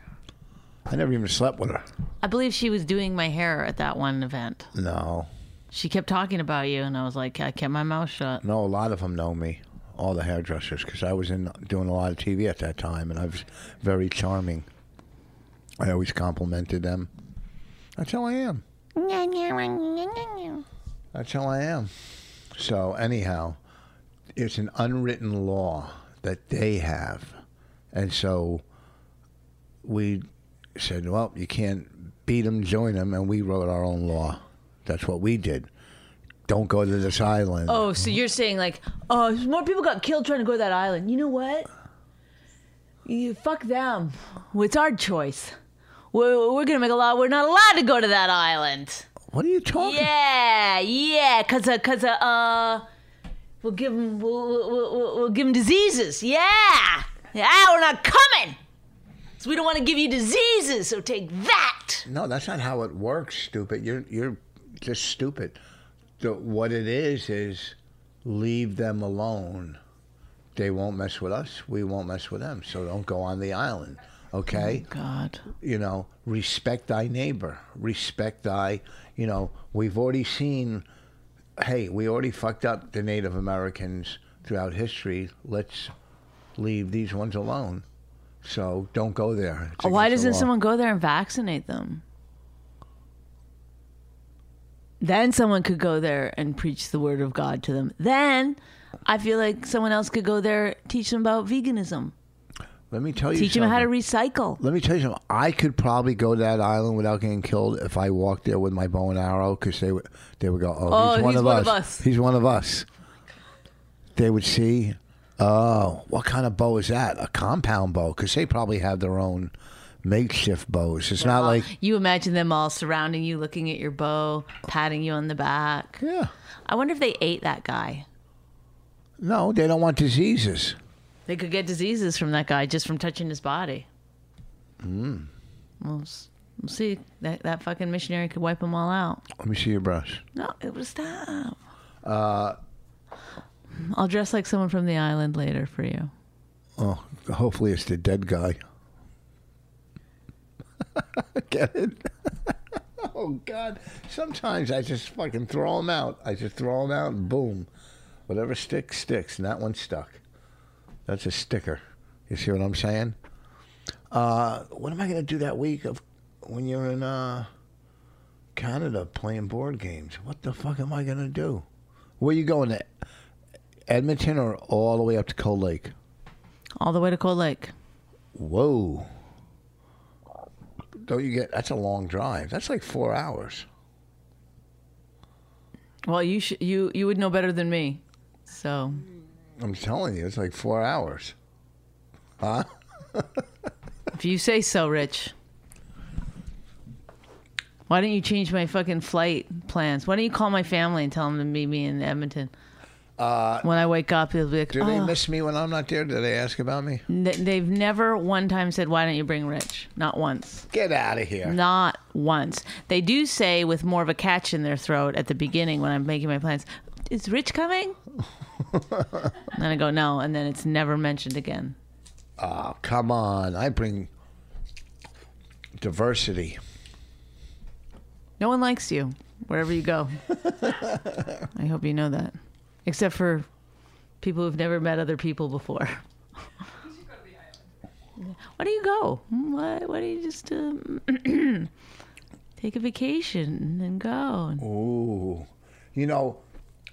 I never even slept with her. I believe she was doing my hair at that one event. No. She kept talking about you, and I was like, I kept my mouth shut. No, a lot of them know me, all the hairdressers, because I was in doing a lot of TV at that time, and I was very charming. I always complimented them. That's how I am. That's how I am. So anyhow, it's an unwritten law that they have, and so we said, "Well, you can't beat them, join them," and we wrote our own law. That's what we did. Don't go to this island. Oh, so you're saying, like, oh, more people got killed trying to go to that island. You know what? You fuck them. It's our choice. We're, we're going to make a law. We're not allowed to go to that island. What are you talking? Yeah, yeah, cause uh, cause uh, uh we'll give them we'll, we'll, we'll, we'll give them diseases. Yeah, yeah, we're not coming. So we don't want to give you diseases, so take that. No, that's not how it works, stupid. You're you're just stupid. The, what it is is leave them alone. They won't mess with us. We won't mess with them. So don't go on the island. Okay? God. you know, respect thy neighbor, respect thy, you know, we've already seen, hey, we already fucked up the Native Americans throughout history. Let's leave these ones alone. So don't go there. It's Why against the doesn't law. someone go there and vaccinate them? Then someone could go there and preach the word of God to them. Then I feel like someone else could go there, teach them about veganism, Let me tell you. teach them how to something. recycle. Let me tell you something. I could probably go to that island without getting killed if I walked there with my bow and arrow because they would they would go, oh, Oh, he's, one, he's of, one us. of us. He's one of us. They would see, oh, what kind of bow is that? A compound bow because they probably have their own makeshift bows. It's not like You imagine them all surrounding you, looking at your bow, patting you on the back. yeah, I wonder if they ate that guy. no, they don't want diseases. They could get diseases from that guy just from touching his body. Mm. We'll, s- we'll see. That, that fucking missionary could wipe them all out. Let me see your brush. No, it was that. Uh, I'll dress like someone from the island later for you. Oh, hopefully it's the dead guy. Get it? oh God! Sometimes I just fucking throw them out. I just throw them out, and boom, whatever sticks sticks, and that one stuck. That's a sticker. You see what I'm saying? Uh, what am I gonna do that week of when you're in uh, Canada playing board games? What the fuck am I gonna do? Where you going? To Edmonton or all the way up to Cold Lake? All the way to Cold Lake. Whoa. Don't you get that's a long drive. That's like four hours. Well, you sh- you you would know better than me. So I'm telling you, it's like four hours. if you say so, Rich. Why don't you change my fucking flight plans? Why don't you call my family and tell them to meet me in Edmonton? Uh, when I wake up, they'll be like, Do they "Oh." miss me when I'm not there? Do they ask about me? N- They've never one time said, "Why don't you bring Rich?" Not once. Get out of here. Not once. They do say with more of a catch in their throat at the beginning when I'm making my plans, is Rich coming? and then I go, no. And then it's never mentioned again. Oh, come on. I bring diversity. No one likes you wherever you go. I hope you know that. Except for people who've never met other people before. Why do you go? Why, why do you just uh, take a vacation and go? Ooh. You know,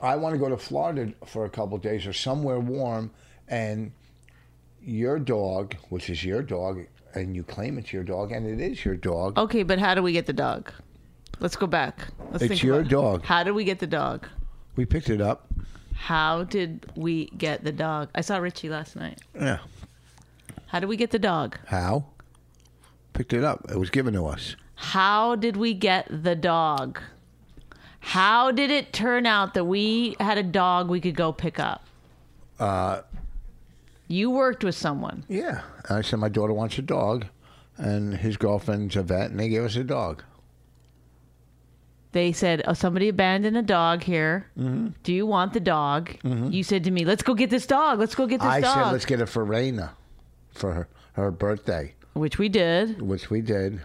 I want to go to Florida for a couple days or somewhere warm and your dog, which is your dog, and you claim it's your dog, and it is your dog. Okay, but how do we get the dog? Let's go back. Let's It's think your about it. dog. How did we get the dog? We picked it up. How did we get the dog? I saw Richie last night. Yeah. How did we get the dog? How? Picked it up. It was given to us. How did we get the dog? How did it turn out that we had a dog we could go pick up? Uh, Uh, you worked with someone. Yeah. And I said, my daughter wants a dog, and his girlfriend's a vet, and they gave us a dog. They said, "Oh, somebody abandoned a dog here. Mm-hmm. Do you want the dog?" You said to me, "Let's go get this dog. Let's go get this I dog," said, let's get it for Raina for her, her birthday, which we did. which we did.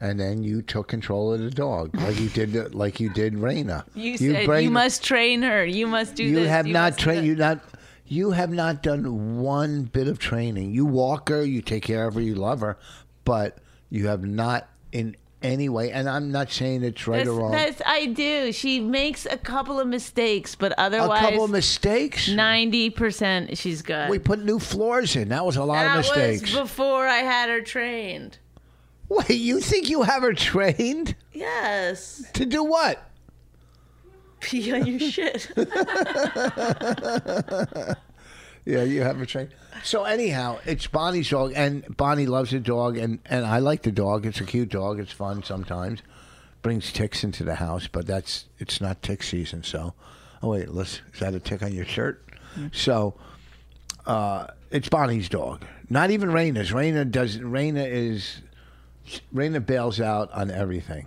And then you took control of the dog, like you did, the, like you did Raina. You, said you brain- must train her. You must do You this. have not must do trained. that." You not. You have not done one bit of training. You walk her. You take care of her. You love her, but you have not in any way. And I'm not saying it's right That's, or wrong. that's- I do. She makes a couple of mistakes, but a couple of otherwise, mistakes. ninety percent she's good. We put new floors in. That was a lot that of mistakes. was before I had her trained. Wait, you think you have her trained Yes, to do what? pee on your shit. Yeah, you have her trained. So anyhow, it's Bonnie's dog, and Bonnie loves the dog, and and I like the dog. It's a cute dog. It's fun sometimes. Brings ticks into the house, but that's it's not tick season. So, oh wait, let's is that a tick on your shirt? So, uh, It's Bonnie's dog. Not even Raina's. Raina does. Raina is. Raina bails out on everything.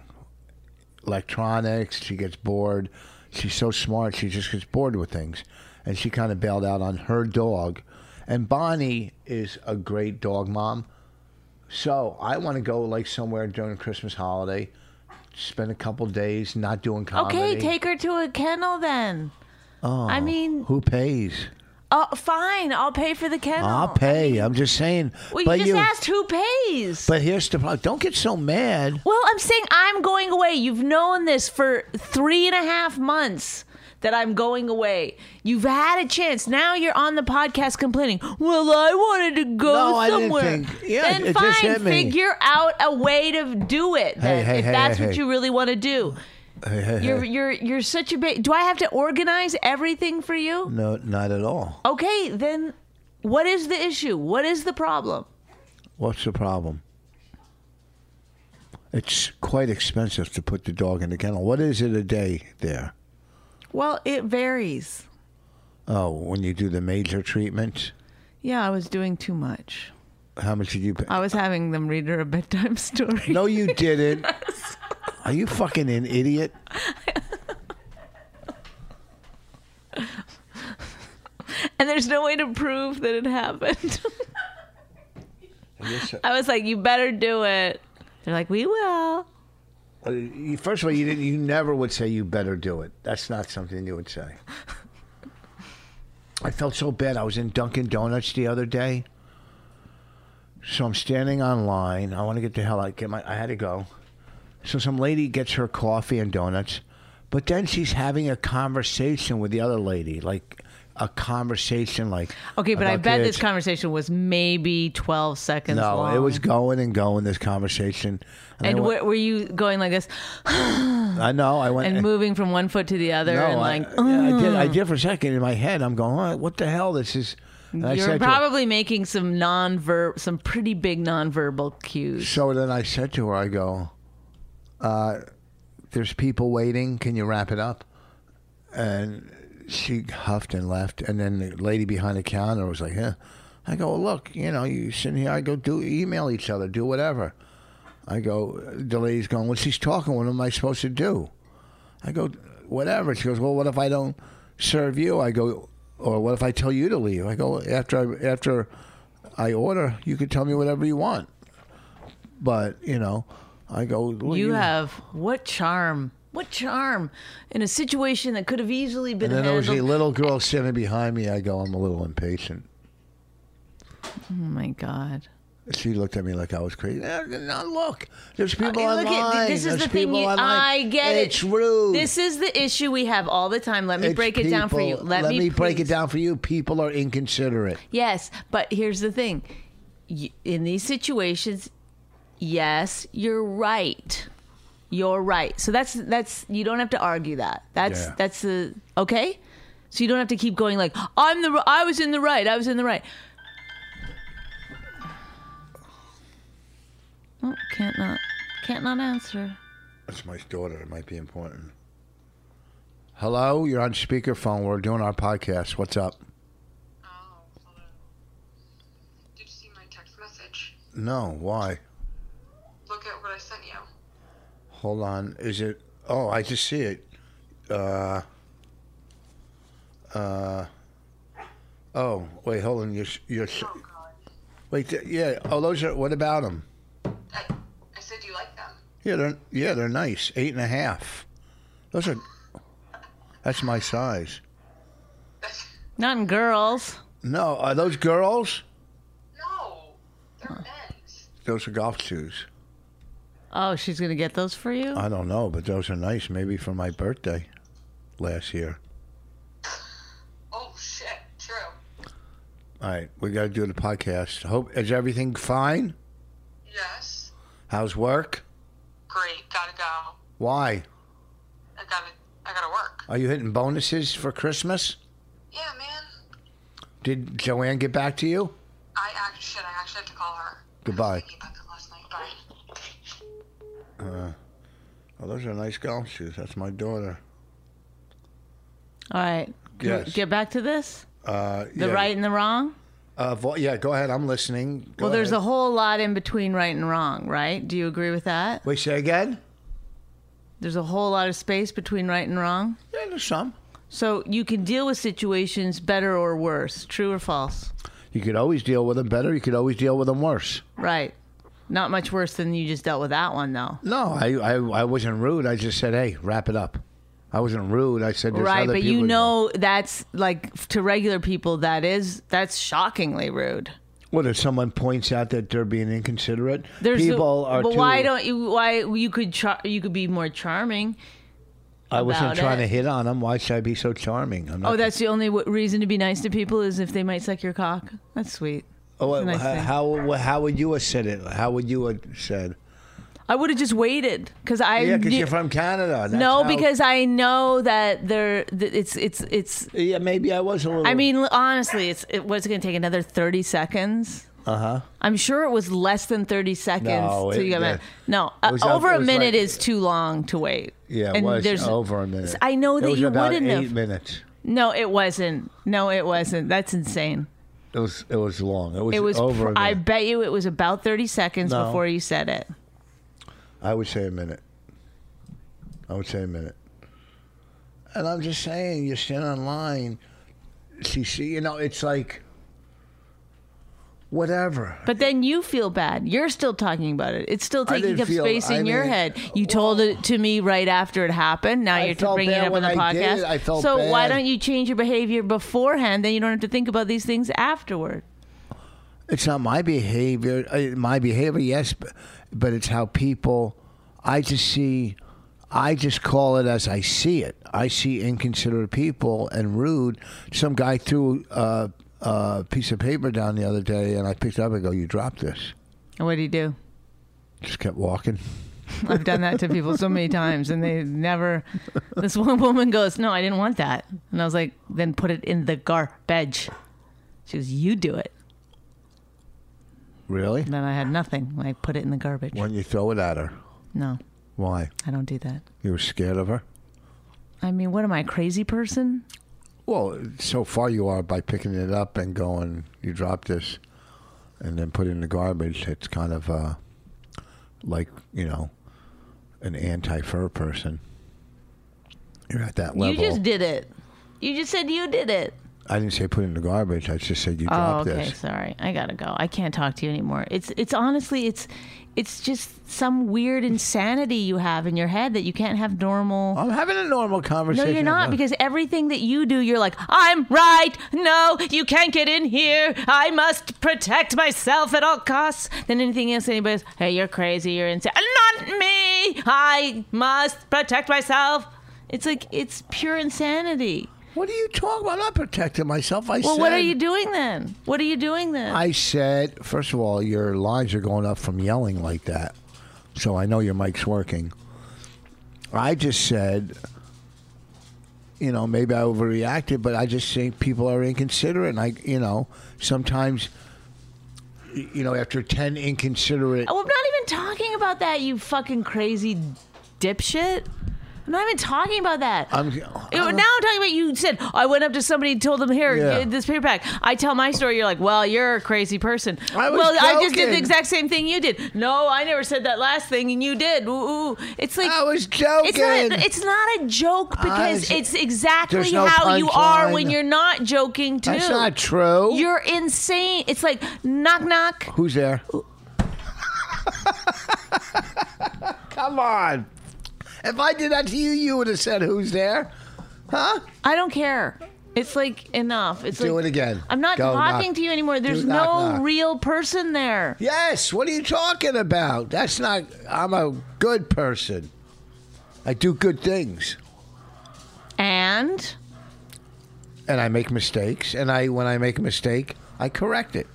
Electronics. She gets bored. She's so smart. She just gets bored with things, and she kind of bailed out on her dog. And Bonnie is a great dog mom. So I want to go like somewhere during the Christmas holiday, spend a couple days not doing comedy. Okay, take her to a kennel then. Oh, I mean, Who pays? oh, fine. I'll pay for the kennel. I'll pay. I'm just saying. Well, you but just asked who pays. But here's the problem. Don't get so mad. well, I'm saying I'm going away. You've known this for three and a half months that I'm going away. You've had a chance. Now you're on the podcast complaining. Well, I wanted to go No, I didn't somewhere. think- yeah, then it fine, just hit me. figure out a way to do it. Then, hey, if hey, that's hey, what hey. you really want to do. You're you're you're such a big. Do I have to organize everything for you? No, not at all. Okay, then what is the issue? What is the problem? What's the problem? It's quite expensive to put the dog in the kennel. What is it a day there? Well, it varies. Oh, when you do the major treatment, Yeah, I was doing too much. how much did you pay? I was having them read her a bedtime story. No, you didn't. Are you fucking an idiot? And there's no way to prove that it happened. I was like, you better do it. They're like, we will. Uh, you- First of all, you didn't. You never would say you better do it. That's not something you would say. I felt so bad. I was in Dunkin' Donuts the other day, so I'm standing online. I want to get the hell out. Get my. I had to go. So some lady gets her coffee and donuts, but then she's having a conversation with the other lady, like a conversation, like Okay, but I about bet kids. this conversation was maybe 12 seconds No, long. it was going and going. This conversation. I And went- were, were you going like this I know. I went and moving from one foot to the other and I, like, yeah, I did. I did for a second in my head. I'm going, "What- what the hell? This is. And I You're said to her- probably making some non-verb, some pretty big nonverbal cues. so then I said to her, I go, uh, "There's people waiting. Can you wrap it up?" And she huffed and left. And then the lady behind the counter was like, "Huh." I go, well, "Look, you know, you sitting here. I go, do email each other, do whatever." I go, the lady's going, well, she's talking. What am I supposed to do? I go, whatever. She goes, well, what if I don't serve you? I go, or what if I tell you to leave? I go, after I, after I order, you can tell me whatever you want. But, you know, I go, well, You have what charm? What charm in a situation that could have easily been And then there was handled? a little girl sitting behind me. I go, I'm a little impatient. oh my god! She looked at me like I was crazy. Eh, Now look, there's people Look online. at this is there's the thing. people You, online. I get it. It's rude. This is the issue we have all the time. Let me It's break it down for you. people. Let, me break it please- down for you. People are inconsiderate. Yes, but here's the thing. Y- In these situations, yes, you're right. You're right. So that's that's you don't have to argue that. That's Yeah. that's the okay? So you don't have to keep going like I'm the r- I was in the right. I was in the right. Oh, can't not can't not answer. That's my daughter. It might be important. Hello, you're on speakerphone. We're doing our podcast. What's up? Oh, hello. Did you see my text message? No, why? Look at what I sent you. Hold on. Is it? Oh, I just see it. Uh. Uh. Oh, wait. Hold on. You're. s- You're. s- Oh, God. Wait. th- Yeah. Oh, those are. What about them? I, I said you like them. Yeah, they're. Yeah, they're nice. Eight and a half. Those are. That's my size. Not in girls. No, are those girls? no, they're men's. Those are golf shoes. Oh, she's going to get those for you? I don't know, but those are nice. Maybe for my birthday last year. Oh, shit. True. All right, we got to do the podcast. Hope is everything fine? Yes. How's work? Great. Gotta go. Why I gotta, I gotta work. are you hitting bonuses for Christmas? Yeah, man. Did Joanne get back to you? I act, shit, I actually have to call her. I Goodbye. was thinking about that last night. Bye. Oh, those are nice golf shoes. That's my daughter. All right. Can we Yes. Get back to this? Uh, The yeah. right and the wrong? Uh, vo- yeah, go ahead. I'm listening. Go well, there's ahead. a whole lot in between right and wrong, right? Do you agree with that? Wait, say again? There's a whole lot of space between right and wrong. Yeah, there's some. So you can deal with situations better or worse, true or false. You could always deal with them better. You could always deal with them worse. Right. Not much worse than you just dealt with that one, though. No, I, I, I wasn't rude. I just said, hey, wrap it up. I wasn't rude. I said, there's right, other but people you to- know that's like f- to regular people that is that's shockingly rude. What if someone points out that they're being inconsiderate? There's a- people are. But too, why don't you? Why you could char- you could be more charming? I wasn't about trying it? to hit on them. Why should I be so charming? I'm not, Oh, that's the only w- reason to be nice to people is if they might suck your cock. That's sweet. Oh, that's a nice how, thing. how how would you have said it? How would you have said? I would have just waited because I Yeah, because knew- you're from Canada. That's no how- because I know that there th- it's it's it's. yeah, maybe I was a little. I mean, l- honestly, it's it was going to take another thirty seconds. uh huh. I'm sure it was less than 30 seconds. No, to it- get yeah. mad. no It uh, was up- over it a was minute like- is too long to wait. Yeah, it And was there's- over a minute. I know It that was you about wouldn't eight have. minutes. No, it wasn't. No, it wasn't. That's insane. It was it was long. It was, It was. over. a pr- I minute. bet you it was about 30 seconds No. before you said it. I would say a minute. I would say a minute. And I'm just saying, you stand on line. See, see, you know, it's like whatever. But then you feel bad. You're still talking about it. It's still I taking didn't up feel- space I in your mean, head. You told it to me right after it happened. Now I you're t- felt bringing it bad up on the when I did podcast. it. I felt so why bad. don't you change your behavior beforehand? Then you don't have to think about these things afterward. It's not my behavior. uh, My behavior, yes, but, but it's how people. I just see. I just call it as I see it. I see inconsiderate people and rude. Some guy threw a, a piece of paper down the other day, and I picked it up and go, "You dropped this." And what do you do? Just kept walking. I've done that to people so many times, and they never. This one woman goes, "No, I didn't want that," and I was like, "Then put it in the garbage." She goes, "You do it." Really? And then I had nothing. I put it in the garbage. When you throw it at her, No, why? I don't do that. You were scared of her. I mean, what am I, a crazy person? Well, so far you are by picking it up and going, you drop this, and then put it in the garbage. It's kind of uh, like you know, an anti-fur person. You're at that level. You just did it. You just said you did it. I didn't say put it in the garbage. I just said you Oh, dropped okay. this. Sorry, I gotta go. I can't talk to you anymore. It's it's honestly it's it's just some weird insanity you have in your head that you can't have normal. I'm having a normal No, conversation. you're not, about- because everything that you do, you're like, I'm right. No, you can't get in here. I must protect myself at all costs. Then anything else, anybody's, hey, you're crazy. You're insane. Not me. I must protect myself. It's like, it's pure insanity. what are you talking about? I'm not protecting myself. I Well, said. what are you doing then? What are you doing then? I said, first of all, your lines are going up from yelling like that. So I know your mic's working. I just said, you know, maybe I overreacted, but I just think people are inconsiderate. And I, you know, sometimes, y- you know, after 10 inconsiderate. Oh, I'm not even talking about that, you fucking crazy dipshit. I'm not even talking about that. I'm- It- now I'm- I'm talking about you said I went up to somebody and told them here Yeah. get this paperback. I tell my story. You're like, well, you're a crazy person. I was well, I just did the joking. exact same thing you did. No, I never said that last thing, and you did. Ooh, ooh. it's like I was joking. it's not. It's not a joke because I- it's exactly there's no how you are punchline. when you're not joking too. That's not true. You're insane. It's like knock knock. Who's there? Come on. If I did that to you, you would have said, Who's there? Huh? I don't care. It's like enough. It's Do like, it again. I'm not Go talking knock. to you anymore. There's Do knock, no knock. real person there. Yes. What are you talking about? That's not. I'm a good person. I do good things, And and I make mistakes. And I, when I make a mistake, I correct it.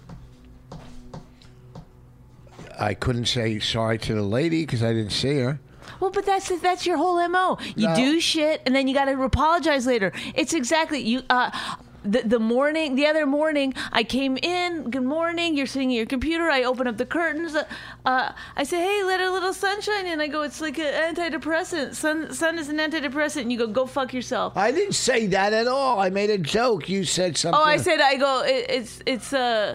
I couldn't say sorry to the lady because I didn't see her. well, but that's that's your whole mo. You No. do shit, and then you got to apologize later. It's exactly you. Uh, the, the morning, the other morning, I came in. Good morning. You're sitting at your computer. I open up the curtains. Uh, uh, I say, "Hey, let a little sunshine in." I go, "It's like an antidepressant. Sun, sun is an antidepressant." And you go, "Go fuck yourself." I didn't say that at all. I made a joke. You said something. Oh, I said I go. It, it's it's uh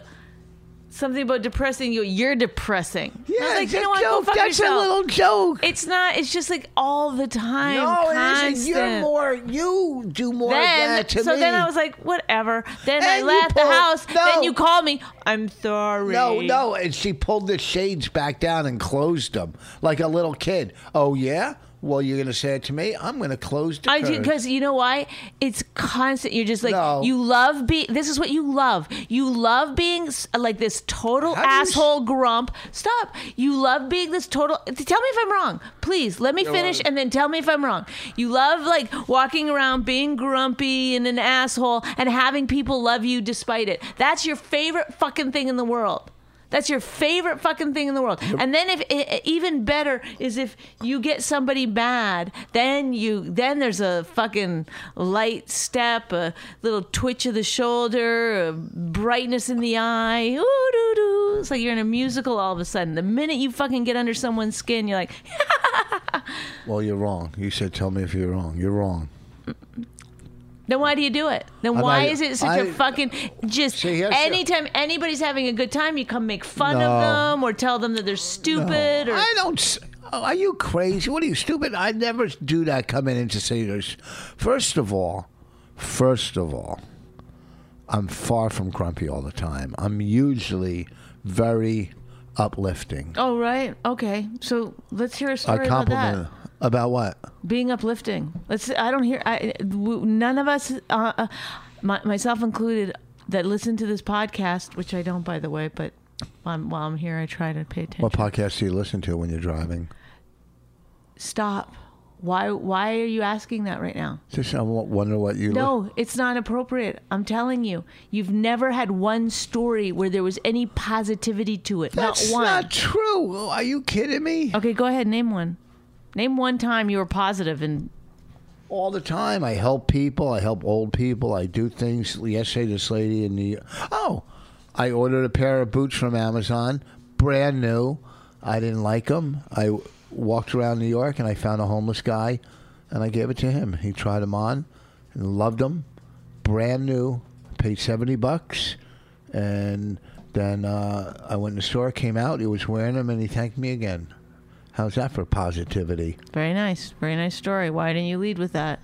something about depressing. You, go, you're depressing. Yeah, I was like, it's you a know what? Go joke. fuck That's yourself. a little joke. It's not. It's just like all the time. no, it isn't. constant. You're more. You do more Then of that to so me. then I was like, whatever. Then And you I left the pulled- house. no. Then you call me. I'm sorry. No, no. And she pulled the shades back down and closed them like a little kid. Oh, yeah? Well, you're going to say it to me? I'm going to close the I do curtain. because you know why? It's constant. You're just like No. you love being. This is what you love. You love being s- like this total How do you s- asshole grump. Stop. You love being this total. Tell me if I'm wrong, please. Let me finish and then tell me if I'm wrong. You love like walking around being grumpy and an asshole and having people love you despite it. That's your favorite fucking thing in the world. That's your favorite fucking thing in the world. And then if i i- even better is if you get somebody mad, then you then there's a fucking light step, a little twitch of the shoulder, a brightness in the eye. Ooh doo doo. It's like you're in a musical all of a sudden. The minute you fucking get under someone's skin, you're like, Well, you're wrong. You said, tell me if you're wrong. You're wrong. then why do you do it? Then I'm why not- is it such I- a fucking just See, here's the- anytime anybody's having a good time, you come make fun No. of them or tell them that they're stupid or I don't. s- oh, Are you crazy? What are you stupid? I never do that. Come in and just say this. First of all, first of all, I'm far from grumpy all the time. I'm usually very uplifting. Oh right, okay. So let's hear a I story Oh, about compliment that about what? being uplifting. Let's. I don't hear. I, w- none of us, uh, uh, my, myself included, that listen to this podcast, which I don't, by the way. But while I'm, while I'm here, I try to pay attention. What podcast do you listen to when you're driving? Stop. Why? Why are you asking that right now? Just I wa- wonder what you. li- No, it's not appropriate. I'm telling you, you've never had one story where there was any positivity to it. That's not one. not true. Oh, Are you kidding me? okay, go ahead. Name one. Name one time you were positive and all the time. I help people. I help old people. I do things. Yesterday, this lady in the oh, I ordered a pair of boots from Amazon, brand new. I didn't like them. I w- walked around New York and I found a homeless guy, and I gave it to him. He tried them on, and loved them, brand new. Paid seventy bucks, and then uh, I went in the store. Came out. He was wearing them, and he thanked me again. How's that for positivity? Very nice. Very nice story. Why didn't you lead with that?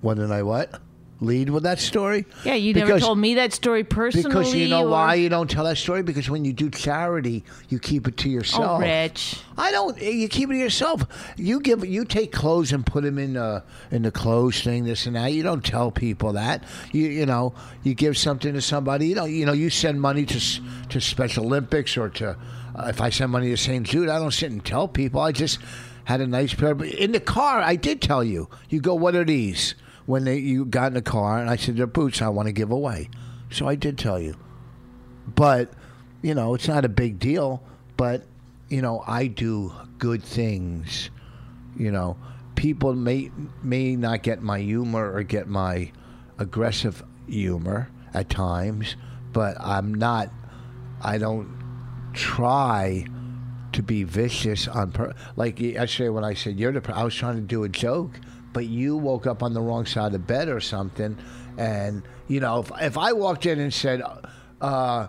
When did I what? Lead with that story? Yeah, you never Because- told me that story personally. Because you know or- why you don't tell that story? Because when you do charity, you keep it to Oh, yourself. Rich. I don't. eh, You keep it to yourself. You give. You take clothes and put them in the in the clothes thing. This and that. You don't tell people that. You you know. You give something to somebody. You know. You know. You send money to s- to Special Olympics or to. Uh, if I send money to St. Jude, I don't sit and tell people. I just had a nice pair. Of, in the car, I did tell you. You go. What are these? When they you got in the car, and I said they're boots. I want to give away. So I did tell you but you know it's not a big deal but you know i do good things you know people may may not get my humor or get my aggressive humor at times but i'm not i don't try to be vicious on per like yesterday when i said you're the per- i was trying to do a joke but you woke up on the wrong side of bed or something and you know if, if i walked in and said uh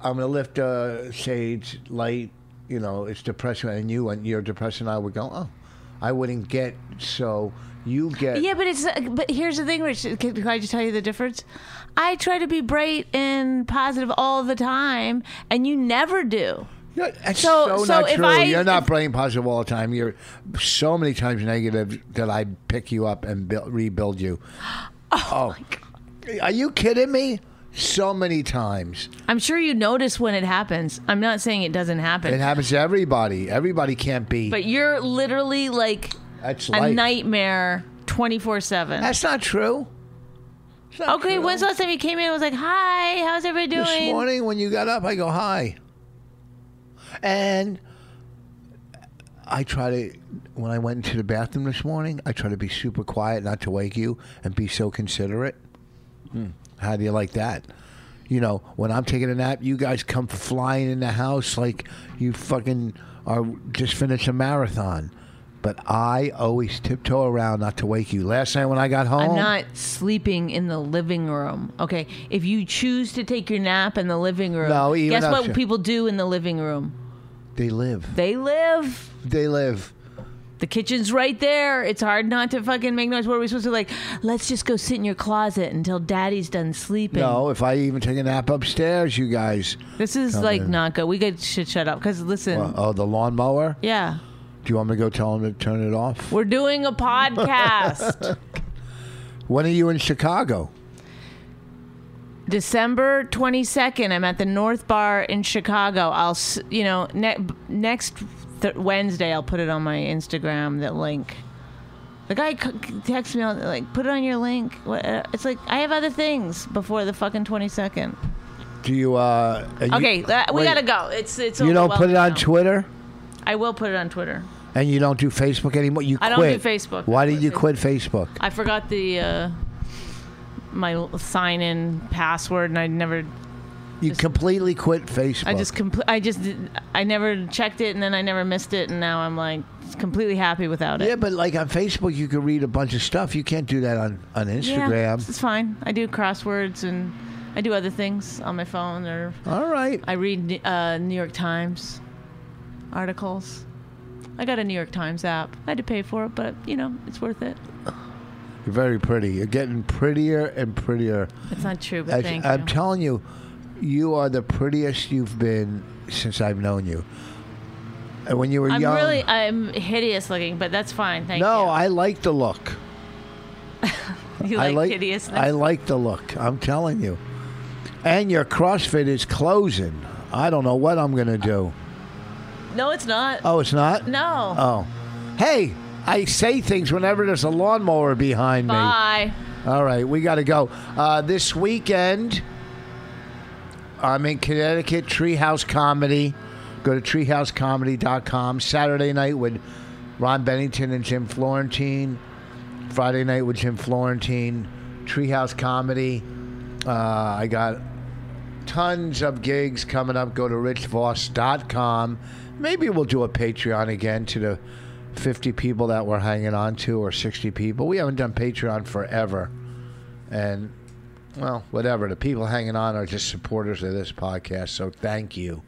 i'm gonna lift a sage light you know it's depression and you and you're depressed and i would go oh i wouldn't get so you get Yeah, but it's but here's the thing, Rich. Can, can I just tell you the difference? I try to be bright and positive all the time, and you never do. Yeah, That's so, So- so not if true. I- You're not if- brain positive all the time. You're so many times negative that I pick you up and build, rebuild you. Oh, are you kidding me? So many times I'm sure you notice when it happens. I'm not saying it doesn't happen, it happens to everybody. Everybody can't be. but you're literally like that's a life. nightmare, twenty four seven. That's not true. It's not Okay, true. when's the last time you came in? and was like, "Hi, how's everybody doing?" This morning when you got up, I go, hi. And I try to, when I went into the bathroom this morning, I try to be super quiet, not to wake you, and be so considerate. How do you like that? You know, when I'm taking a nap, you guys come flying in the house like you fucking are just finished a marathon. But I always tiptoe around not to wake you. Last night when I got home, I'm not sleeping in the living room. Okay. If you choose to take your nap in the living room, No, even guess what option. people do in the living room? they live. They live. They live. The kitchen's right there. It's hard not to fucking make noise. What are we supposed to like? Let's just go sit in your closet until daddy's done sleeping. No, if I even take a nap upstairs, you guys. This is like not good. We got shit shut up because listen. Uh, oh, the lawnmower? Yeah. Do you want me to go tell him to turn it off? We're doing a podcast. When are you in Chicago? December 22nd, I'm at the North Bar in Chicago. I'll, s- you know, ne- next th- Wednesday, I'll put it on my Instagram, that link. The guy c- texted me, on, like, put it on your link. What- uh, It's like, I have other things before the fucking 22nd. Do you? uh are you- Okay, uh, we wait, gotta go. It's, it's, You don't put it overwhelming on now. Twitter, I will put it on Twitter. and you don't do Facebook anymore. You I don't quit. do Facebook. Why I did quit you quit Facebook? I forgot the, uh, my sign in password and I never You completely quit Facebook. I just compl- I just did- I never checked it and then I never missed it and now I'm like completely happy without it. yeah, but like on Facebook, you can read a bunch of stuff. You can't do that on on Yeah, Instagram. it's fine. I do crosswords and I do other things on my phone or All right. I read uh, New York Times articles. I got a New York Times app. I had to pay for it, but you know it's worth it. You're very pretty. You're getting prettier and prettier. It's not true, but As- thank I'm you. telling you, you are the prettiest you've been since I've known you. And when you were I'm young, really I'm hideous looking, but that's fine. Thank no, you. I like the look. you I like, like hideousness. I like the look. I'm telling you. And your CrossFit is closing. I don't know what I'm gonna do. no, it's not. Oh, it's not. no. Oh, hey, I say things whenever there's a lawnmower behind Bye. me. All right, we got to go. Uh, this weekend, I'm in Connecticut, Treehouse Comedy. Go to treehousecomedy.com. Saturday night with Ron Bennington and Jim Florentine. Friday night with Jim Florentine. Treehouse Comedy. Uh, I got tons of gigs coming up. Go to richvoss.com. Maybe we'll do a Patreon again to the 50 people that we're hanging on to or 60 people. We haven't done Patreon forever. And, well, whatever. The people hanging on are just supporters of this podcast. So thank you.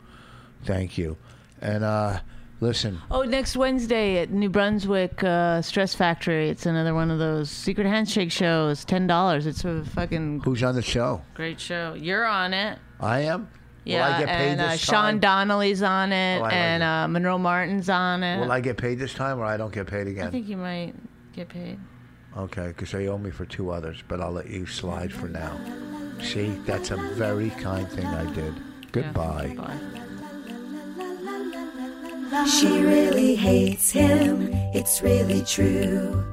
Thank you. And, uh, listen, Oh, next Wednesday at New Brunswick uh, Stress Factory. It's another one of those secret handshake shows. Ten dollars. It's a fucking who's on the show? great show. You're on it. I am? Yeah, Will I get paid and this uh, time? Sean Donnelly's on it, Oh, I like and it. uh, Monroe Martin's on it. Will I get paid this time or I don't get paid again? I think you might get paid. Okay, because they owe me for two others, but I'll let you slide for now. See, that's a very kind thing I did. Goodbye. Bye. She really hates him, it's really true.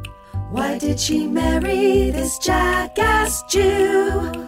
Why did she marry this jackass Jew?